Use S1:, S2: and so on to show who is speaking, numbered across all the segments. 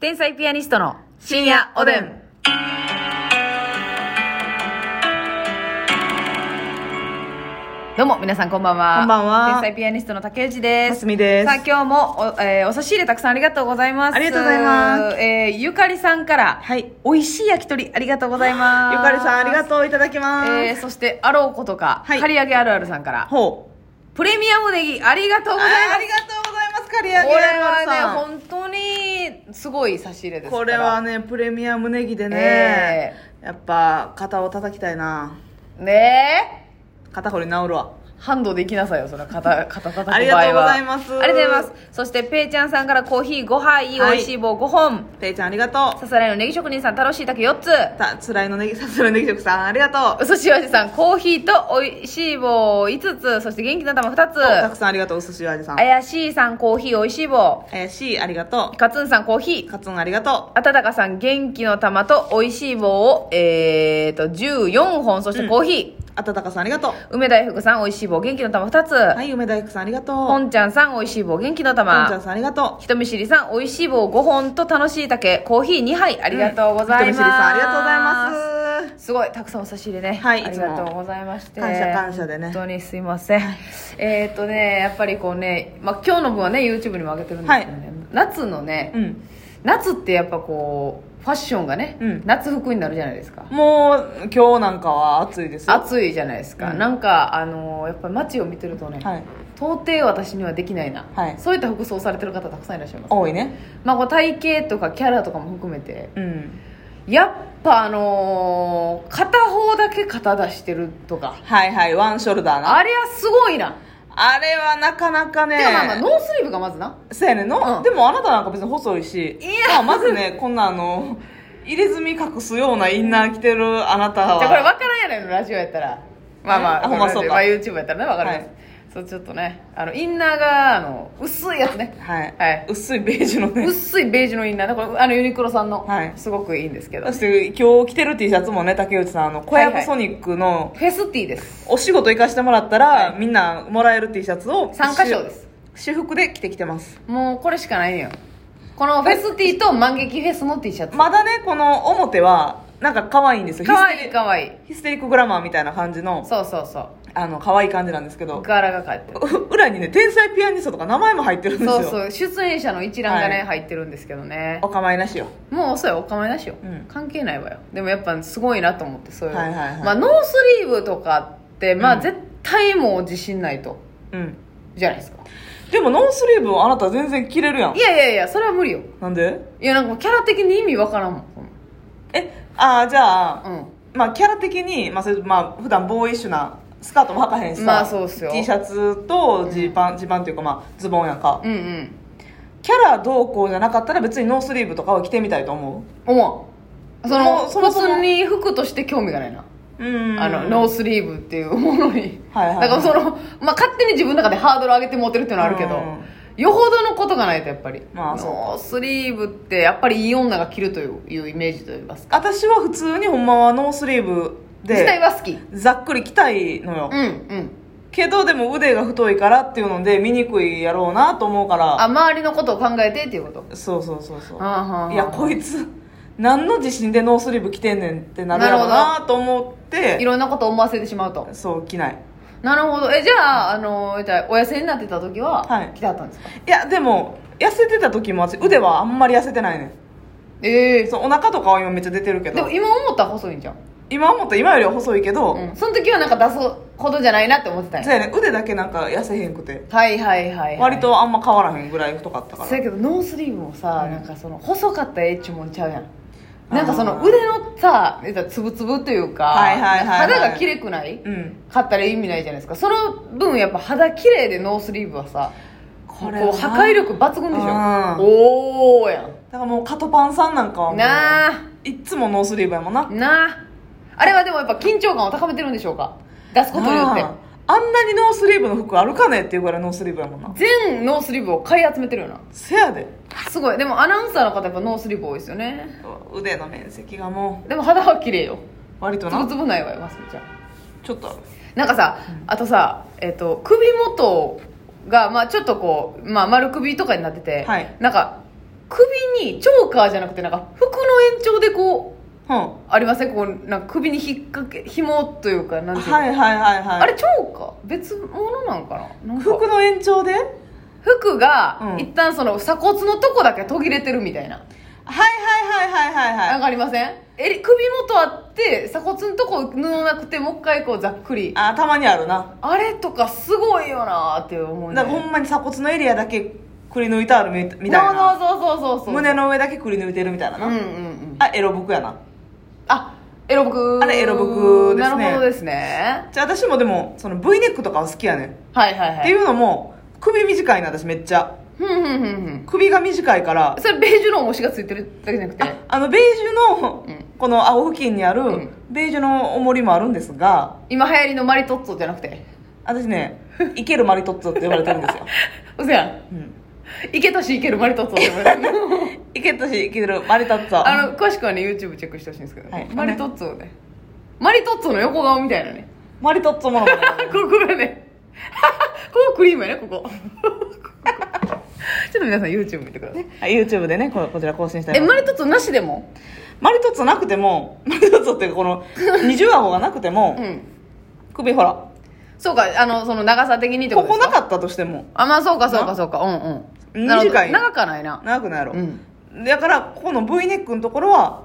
S1: 天才ピアニストの深夜おでん。どうも、皆さんこんばんは。
S2: こんばんは
S1: 天才ピアニストの竹内です。
S2: ますみです
S1: さあ、今日もお、えーお差し入れたくさんありがとうございます。。
S2: ありがとうございます
S1: えーゆかりさんから、
S2: はい
S1: 美味しい焼き鳥ありがとうございます。
S2: ゆかりさんありが
S1: う。
S2: とういただきます、
S1: えー、そして、あろうことか、
S2: はい
S1: 刈り上げあるあるさんから、
S2: ほう
S1: プレミアムネギありがとうご
S2: あ
S1: ざいます。
S2: ーありがとうございます刈り上げ
S1: これ
S2: あるあるさ
S1: は
S2: ん
S1: ね本当にすごい差し入れですから
S2: これはねプレミアムネギでね、やっぱ肩を叩きたいな
S1: ねえ
S2: 肩こり治るわ
S1: ハンドで行きなさいよその 肩肩叩く場合は
S2: ありがとうございます
S1: ありがとうございますそしてペイちゃんさんからコーヒー5杯、
S2: はい
S1: 美味しい棒5本
S2: ていちゃんありがと
S1: さすらいのネギ職人さん楽しい竹4つ
S2: うたつらいのネギ さすらいのネギ食さんありがとう
S1: うすしわじさんコーヒーと美味しい棒5つそして元気の玉
S2: た
S1: 2
S2: く
S1: つ
S2: さんありがとううすし味さん
S1: 怪しいさんコーヒー美味しい棒
S2: 怪しいありがと
S1: カツンさんコーヒー
S2: うかつんありがと
S1: あたたかさん元気の玉と美味しい棒をえーと14本そしてコーヒー、
S2: うあたたかさんありがとう
S1: 梅大福さんおいしい棒元気の玉2つ、
S2: はい梅大福さんありがとう
S1: ほ
S2: ん
S1: んちゃんさんおいしい棒元気の
S2: ほんちゃん
S1: 玉
S2: さんありがとう
S1: 人見知りさんおいしい棒5本と楽しい竹コーヒー2杯ありがとうございます、
S2: 人見知りさんありがとうございます
S1: すごいたくさんお差し入れね、
S2: はい
S1: ありがとうございまして
S2: 感謝感謝でね
S1: 本当にすいませんえーっとねやっぱりこうね、まあ、今日の分はね YouTube にも上げてるんですけどね、夏のね、
S2: うん
S1: 夏ってやっぱこうファッションがね、
S2: うん
S1: 夏服になるじゃないですか
S2: もう今日なんかは暑いですよ
S1: 暑いじゃないですか、
S2: うん
S1: なんかあのーやっぱり街を見てるとね、
S2: はい
S1: 到底私にはできないな、
S2: はい
S1: そういった服装されてる方たくさんいらっしゃいます、
S2: 多いね
S1: まあ、こう体型とかキャラとかも含めて
S2: うん
S1: やっぱあのー片方だけ肩出してるとか
S2: はいはいワンショルダーな
S1: あれはすごいな、
S2: あれはなかなかね
S1: てかまあまあノースリーブがまずな
S2: そうやねんの、
S1: うん
S2: でもあなたなんか別に細いし
S1: いや
S2: まあ、まずねこんなあの入れ墨隠すようなインナー着てるあなたは
S1: じゃあこれ分からんやないのラジオやったらまあまあ
S2: あほんまそうか
S1: まあ YouTube やったらね分かるんです、
S2: は
S1: そうちょっとねあのインナーがあの薄いやつね
S2: はい、
S1: はい
S2: 薄いベージュのね
S1: 薄いベージュのインナーねこれあのユニクロさんの、
S2: はい
S1: すごくいいんですけど
S2: そして今日着てる T シャツもね竹内さんあの小
S1: はいは
S2: 籔
S1: い
S2: ソニックの
S1: フェスティです
S2: お仕事行かしてもらったら、
S1: はい
S2: みんなもらえる T シャツを
S1: 参加賞です
S2: し私服で着てきてます
S1: もうこれしかないよこのフェスティと万劇フェスの T シャツ
S2: まだねこの表はなんか可愛いんですよ
S1: かわいいかわいい
S2: ヒステリヒステリックグラマーみたいな感じの
S1: そうそうそう
S2: あの可愛い感じなんですけど
S1: 柄が返ってる
S2: う裏にね天才ピアニストとか名前も入ってるんですよ
S1: そうそう出演者の一覧がね、
S2: はい
S1: 入ってるんですけどね
S2: お構いなしよ
S1: もう遅いお構いなしよ、
S2: うん
S1: 関係ないわよでもやっぱすごいなと思ってそういう、
S2: はいはいはい
S1: まあ、ノースリーブとかってまあ、
S2: うん
S1: 絶対もう自信ないと
S2: うん
S1: じゃないですか
S2: でもノースリーブをあなた全然着れるやん
S1: いやいやいやそれは無理よ
S2: なんで
S1: いやなんかキャラ的に意味わからんもん
S2: えああじゃあ、
S1: うん
S2: まあキャラ的に、まあ、それまあ普段ボーイッシュなスカートも履かへんしさ、
S1: まあそうっすよ
S2: T シャツとジーパン、ジーパンっていうかまあズボンやんか、
S1: うんうん
S2: キャラどうこうじゃなかったら別にノースリーブとかは着てみたいと思
S1: 思わんそ
S2: も
S1: の
S2: うそもそも
S1: 普通に服として興味がないな
S2: ううん
S1: あのノースリーブっていうものに、
S2: はいはいは
S1: だ
S2: い
S1: からその、まあ、勝手に自分の中でハードル上げて持ってるっていうのはあるけど、
S2: うん
S1: よほどのことがないとやっぱり、
S2: まあそう
S1: ノースリーブってやっぱりいい女が着るといういうイメージといいますか
S2: 私は普通にほんまはノースリーブ
S1: 自体
S2: で
S1: は好きうん
S2: ざっくり着たいのよ、
S1: うん
S2: けどでも腕が太いからっていうので見にくいやろうなと思うか
S1: あ
S2: ら
S1: 周りのことを考えてっていうこと
S2: そうそうそうそう
S1: あーはーはー
S2: いやこいつ何の自信でノースリーブ着てんねんってなるやろう
S1: な
S2: なと思っ
S1: い
S2: て
S1: ろんなことを思わせてしまうと
S2: そう着ない
S1: なるほどえじゃああのじゃあお痩せになってた時は、
S2: はい
S1: 着てあったんですか
S2: いやでも痩せてた時も私腕はあんまり痩せてないね
S1: ええ
S2: んそうお腹とかは今めっちゃ出てるけ
S1: でも
S2: ど
S1: 今思ったら細いんじゃん、
S2: 今思ったら今よりは細いけど、
S1: うん、その時はなんか出すほどじゃないなって思ってたんや
S2: そうやね腕だけなんか痩せへんくて
S1: はいはいはい、はい、
S2: 割とあんま変わらへんぐらい太かったか
S1: そや
S2: ら
S1: けどノースリーブもさ、
S2: うん
S1: なんかその細かったエッチもんちゃうやん
S2: ー
S1: なんかその腕のさ言うたらつぶつぶというか、
S2: はいはいはいはい
S1: 肌が綺麗くない、
S2: うん
S1: 買ったら意味ないじゃないですかその分やっぱ肌綺麗でノースリーブはさ
S2: これ
S1: こ
S2: は
S1: う破壊力抜群でし
S2: うん
S1: ょおおやん
S2: だからもうカトパンさんなんかはもう
S1: なあ
S2: いっつもノースリーブやもんな
S1: なああれはでもやっぱ緊張感を高めてるんでしょうか出すことによって
S2: あああんなにノースリーブの服あるかねっていうぐらいノースリーブやもんな
S1: 全ノースリーブを買い集めてるよな
S2: せやです
S1: ごいでもアナウンサーの方やっぱノースリーブ多いですよね
S2: 腕の面積がも
S1: でも肌は綺麗よ
S2: う割と
S1: つぶ
S2: な
S1: つぶないわよますみちゃん
S2: ちょっとある
S1: なんかさ、あとさ、えっと首元が、まあ、ちょっとこう、まあ、丸首とかになってて、
S2: はい
S1: なんか首にチョーカーじゃなくてなんか服の延長でこう
S2: うんは
S1: ありませんこうなんか首に引っ掛け紐というかなん
S2: い
S1: ていうか、
S2: はいはいはい
S1: あれチョーカー別物なんかななんか
S2: 服の延長ではい
S1: 服が、
S2: うん
S1: 一旦その鎖骨のとこだけ途切れてるみたいな
S2: はいはいはいはい
S1: わ
S2: はい
S1: かりませんえ首元あって鎖骨のとこ布なくてもう一回こうざっくり
S2: あたまにあるな
S1: あれとかすごいよなーって思うね
S2: なんかほんまに鎖骨のエリアだけくり抜いてあるみみたいな
S1: そうそうそうそうそう
S2: 胸の上だけくり抜いてるみたいな
S1: う
S2: な、
S1: んうんうん
S2: あエロ僕やな
S1: あエロ僕
S2: あれエロ僕ですね
S1: なるほどですね
S2: じゃあ私もでもその V ネックとかは好きやねん、
S1: はいはい
S2: っ
S1: は
S2: て
S1: い
S2: いうのも首短いな私めっちゃ
S1: ふんふんふんふん
S2: 首が短いから
S1: それベージュの重しがついてるだけじゃなくて
S2: ああのベージュの
S1: うん
S2: この青付近にある
S1: うん
S2: ベージュの重りもあるんですが
S1: 今流行りのマリトッツォじゃなくて
S2: 私ねイケるマリトッツォって呼ばれてる んですよ、
S1: うせやん
S2: うん、
S1: いけたしいけるマリトッツォって呼ばれてる
S2: イケたしイケるマリトッツォ
S1: あの詳しくはね YouTube チェックしてほしいんですけど、
S2: はい
S1: マリトッツォねマリトッツォの横顔みたいなね
S2: マリトッツォものまね
S1: ここがねここクリームやねここちょっと皆さん YouTube 見てください
S2: はい YouTube でねここちら更新して
S1: え
S2: ます
S1: マリトッツォなしでも
S2: マリトッツォなくても マリトッツォっていうかこの二重顎がなくても、
S1: うん
S2: 首ほら
S1: そうかあのその長さ的にってこ
S2: こと
S1: で
S2: こ
S1: すか
S2: なかったとしても
S1: あまあそうかそうかそうかうんうん
S2: 短い
S1: なるほど長かないな
S2: 長くないやろ、
S1: うん
S2: だからここの V ネックのところは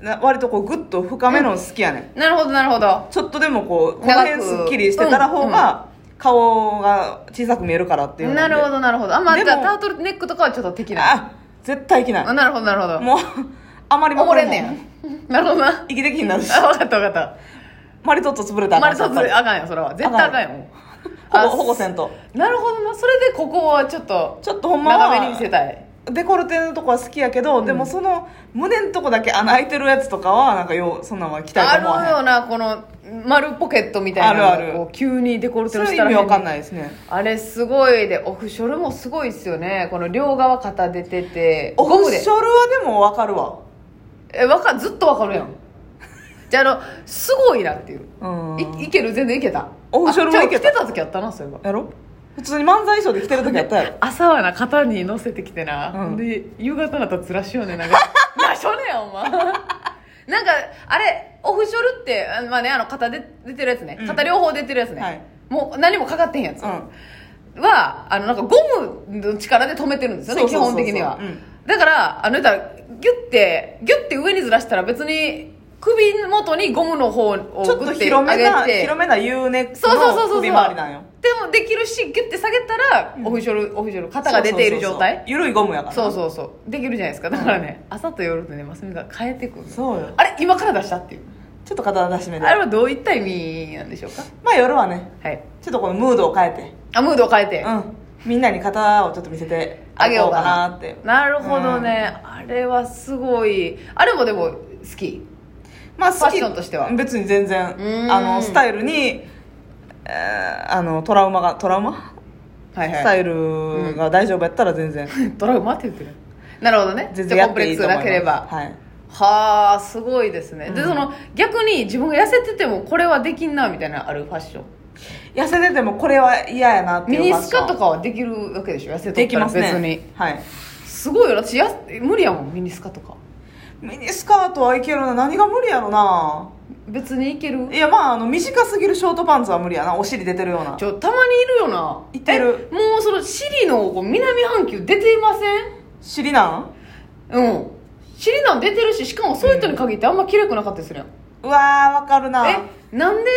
S2: な割とこうグッと深めの好きやね、
S1: なるほどなるほど
S2: ん、ちょっとでもこうこの
S1: 長く
S2: 辺すっきりしてたら方が顔が小さく見えるからっていうので
S1: なるほどなるほどあまあ
S2: でも
S1: じゃあタートルネックとかはちょっと敵な
S2: あ絶対いけな
S1: あ
S2: い
S1: なるほどなるほど
S2: もうあまり
S1: お
S2: も
S1: も
S2: こ
S1: れ
S2: れ
S1: ん
S2: も
S1: ねやなるほどな
S2: 生きてきにな るし
S1: あ分かった分かっ
S2: マリトッツォ潰れ
S1: た
S2: たら
S1: マ
S2: あ
S1: リ
S2: か
S1: ト
S2: ん
S1: ッツォ
S2: やっ
S1: あかんよそれは絶対あかんよもう
S2: ぱり
S1: あ
S2: 保護保護せんと
S1: なるほどなそれでここはちょっと
S2: ちょっとほんまは
S1: 長めに見せたい
S2: デコルテのとこは好きやけど、でもその胸のとこだけ穴開いてるやつとかはなんかようそんなんは着たい
S1: あ
S2: と思わ
S1: る
S2: へん
S1: ようなこの丸ポケットみたいなのが
S2: あるある
S1: こう急にデコルテ
S2: そ
S1: の
S2: れ
S1: 下
S2: 意味
S1: らへん
S2: わかんないですね
S1: あれすごいでオフショルもすごいですよねこの両側肩出てて
S2: オ
S1: ゴム
S2: フ
S1: で
S2: ショルはでもわかるわ
S1: えわかずっとわかるやんじゃああのすごいなっていう
S2: うん
S1: いいける全然いけた
S2: オフショルもいけた
S1: あちゃう着てた時あったなそういえば
S2: やろ普通に漫才衣装で着てる時やったやろ
S1: 朝はな肩に乗せてきてな、
S2: うん
S1: で夕方になったらつらしようね なんかなしょねやお前なんかあれオフショルってあまあねあの肩で出てるやつね
S2: うん
S1: 肩両方出てるやつね、
S2: はい
S1: もう何もかかってへんやつ、
S2: うん
S1: はあのなんかゴムの力で止めてるんですよね
S2: そうそうそうそう
S1: 基本的には、
S2: うん
S1: だからあの言ったらギュッてギュッて上にずらしたら別に首元にゴムの方をグ
S2: ちょっと
S1: ッて上
S2: 広め
S1: げ
S2: な
S1: て
S2: 広めな U ネック
S1: そうそうそう
S2: の
S1: そうそう
S2: 首回りなんよ
S1: でもできるしギュッて下げたら、オフショルオフショル肩が出ている状態
S2: ゆるいゴムやから
S1: そうそうそうできるじゃないですかだからね、朝と夜とねマスミが変えてくる
S2: そうよ
S1: あれ今から出したっていう
S2: ちょっと肩出しめで
S1: あれはどういった意味なんでしょうか
S2: まあ夜はね
S1: はい
S2: ちょっとこのムードを変えて
S1: あムードを変えて、
S2: うんみんなに肩をちょっと見せて
S1: あげようか
S2: い
S1: な
S2: こって
S1: なるほどね、あれはすごいあれもでも好き
S2: まあ、
S1: ファッションとしては
S2: 別に全然
S1: うん
S2: あのスタイルに、えーあのトラウマがトラウマ、
S1: はい
S2: スタ
S1: イ
S2: イルが大丈夫やったら全然、
S1: ルドラゴン待って言ってるなるほどね
S2: 全
S1: じ
S2: 然
S1: ゃあ
S2: や
S1: コン
S2: っ
S1: プレ
S2: て
S1: ッ
S2: い
S1: ク
S2: い
S1: ス
S2: と思
S1: がな
S2: います
S1: ければ
S2: はい、
S1: はあすごいですね、で
S2: うん
S1: その逆に自分が痩せててもこれはできんなみたいなのあるファッション
S2: 痩せててもこれは嫌やなってい
S1: ミ
S2: う
S1: ニスカと
S2: か
S1: かはできるわけでしょ痩せと
S2: で
S1: っ
S2: き
S1: たら
S2: ますね
S1: 別に
S2: はい
S1: すごいよ私や無理やもんミニスカとか
S2: ミニスカートはいけるな何が無理やろな
S1: 別にいける
S2: いやまああの短すぎるショートパンツは無理やなお尻出てるような
S1: ちょたまにいるよない
S2: てる
S1: えもうその尻のこう南半球出てませ
S2: 尻なん
S1: んうん尻なん出てるししかもそういう人に限ってあんま綺麗くなかったりするやん、
S2: うわーわかるな
S1: えなんで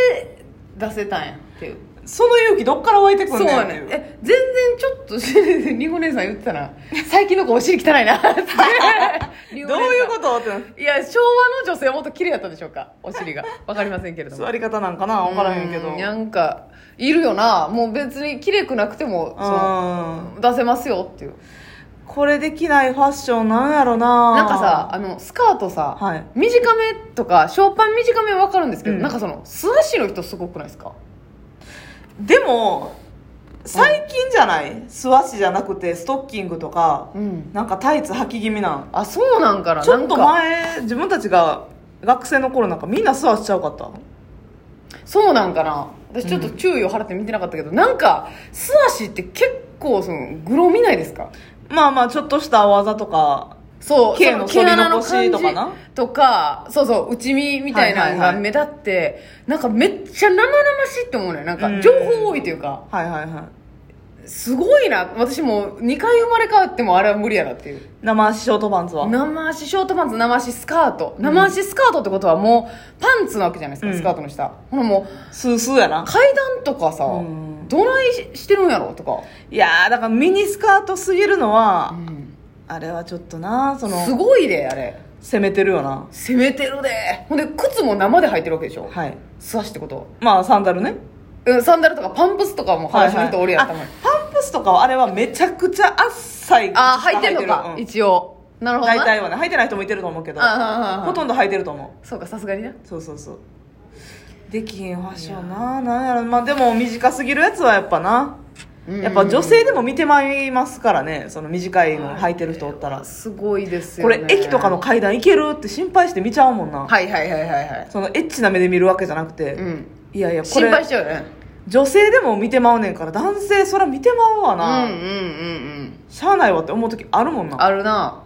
S1: 出せたんやっていう
S2: その勇気どっから湧いてく
S1: そ
S2: ん
S1: う
S2: ねんっ
S1: や
S2: てい
S1: ね
S2: う
S1: え全然ちょっと リンゴ姉さん言ってたな最近の子お尻汚い なってリンゴ姉さん
S2: どういうことって
S1: いや昭和の女性はもっと綺麗やったんでしょうかお尻がわかりませんけれども
S2: 座り方なんかな分からへんけど
S1: うなんかいるよなもう別に綺麗くなくてもそ
S2: うん
S1: う出せますよっていう
S2: これできないファッションなんやろな
S1: なんかさあのスカートさ、
S2: はい
S1: 短めとかショーパン短めは分かるんですけど、
S2: うん
S1: なんかその素足の人すごくないですか
S2: でも最近じゃない素足じゃなくてストッキングとか
S1: うん
S2: なんかタイツ履き気味なん
S1: あそうなんかな
S2: ちょっ
S1: な
S2: と
S1: んか
S2: 前自分たちが学生の頃なんかみんな素足ちゃうかった
S1: そうなんかな私ちょっと注意を払って見てなかったけど、なんか素足って結構そのグロ見ないですか
S2: まあまあちょっとした技とか
S1: そう、
S2: 毛の
S1: そ
S2: 剃り
S1: 穴
S2: 残しとかな
S1: 感じとか、そうそう、内身みたいなの
S2: はいは
S1: が
S2: いはい
S1: 目立って、なんかめっちゃ生々しいって思うね。なん
S2: う
S1: か
S2: ん
S1: 情報多いというか、
S2: はいはいはい
S1: すごいな。私も2回生まれ変わってもあれは無理やなっていう。
S2: 生足ショートパンツは
S1: 生足ショートパンツ、生足スカート。生足スカートってことはもうパンツなわけじゃないですか、
S2: うん
S1: スカートの下。ほらもう
S2: スースーやな
S1: 階段とかさ、
S2: うん
S1: どないししてるんやろとか。
S2: いやーだからミニスカートすぎるのは
S1: うん
S2: あれはちょっとなそ
S1: す
S2: の
S1: ごいで、あれ。
S2: 攻めてるよな
S1: 攻めてるで。ほんで、靴も生で履いてるわけでしょ。
S2: はい
S1: 素足ってこと。
S2: まあサンダルね
S1: うん、サンダルとかパンプスとかも
S2: は
S1: 裸足
S2: い
S1: の人おるやん、たまに。
S2: あパンプスとかはあれはめちゃくちゃあっさい
S1: あー、履いてるのか、
S2: うん
S1: 一応。なるほどな。
S2: 大体はね履いてない人もいてると思うけど
S1: あー
S2: ほとんど履いてると思
S1: そうか、さすがにな。
S2: うそうそうそうできひんファッションななんやろまあでも短すぎるやつはやっぱなやっぱ女性でも見てまいりますからねその短いの履いてる人おったら
S1: すごいです
S2: こ
S1: よね。
S2: れ駅とかの。階段行けるって心配して見ちゃうもんな
S1: はいはいはいはいはい。
S2: そのエッチな目で見るわけじゃなくて、
S1: うん。
S2: いやいやこ
S1: 心配し
S2: れ
S1: ちゃうよね。
S2: 女性でも見てまうねんから男性そら見てまうわ
S1: うん
S2: な、
S1: うんうんうん。
S2: しゃあないわって思う時あるもんな
S1: あるな。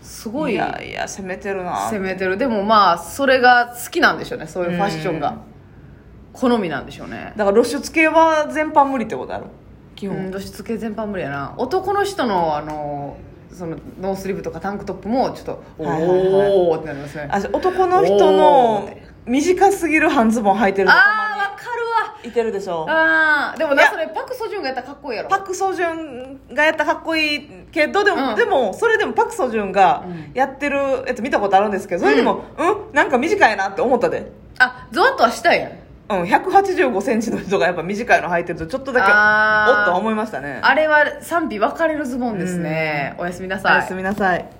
S1: すごい。
S2: やいや攻めてるな
S1: 攻めてるでもまあそれが好きなんでしょうねそういうファッション
S2: う
S1: が
S2: ん
S1: 好みなんでしょうね
S2: だから露出系は全般無理ってことある基
S1: う
S2: 本、
S1: ん露出系全般無理やな男の人のあのそのノースリーブとかタンクトップもちょっとお
S2: はいはいはい
S1: おーってなりますね
S2: あ男の人
S1: お
S2: の
S1: ー
S2: 短すぎる半ズボン履いてる人
S1: あーわかる
S2: いてるでしょ
S1: わあーでも
S2: い
S1: な
S2: や
S1: それパク・ソジュンがやったらかっこいいやろ
S2: パク・ソジュンがやったらかっこいいけどでも,、
S1: うん
S2: でもそれでもパク・ソジュンが
S1: うん
S2: やってるやつ見たことあるんですけどそれでもうん、なんか短いなって思ったで、
S1: あゾワッとはしたいやん
S2: うん、1 8 5センチの人がやっぱ短いの履いてるとちょっとだけ
S1: あー
S2: おっと思いましたね
S1: あれは賛否分かれるズボンですね、おやすみな
S2: お
S1: さい
S2: やすみなさい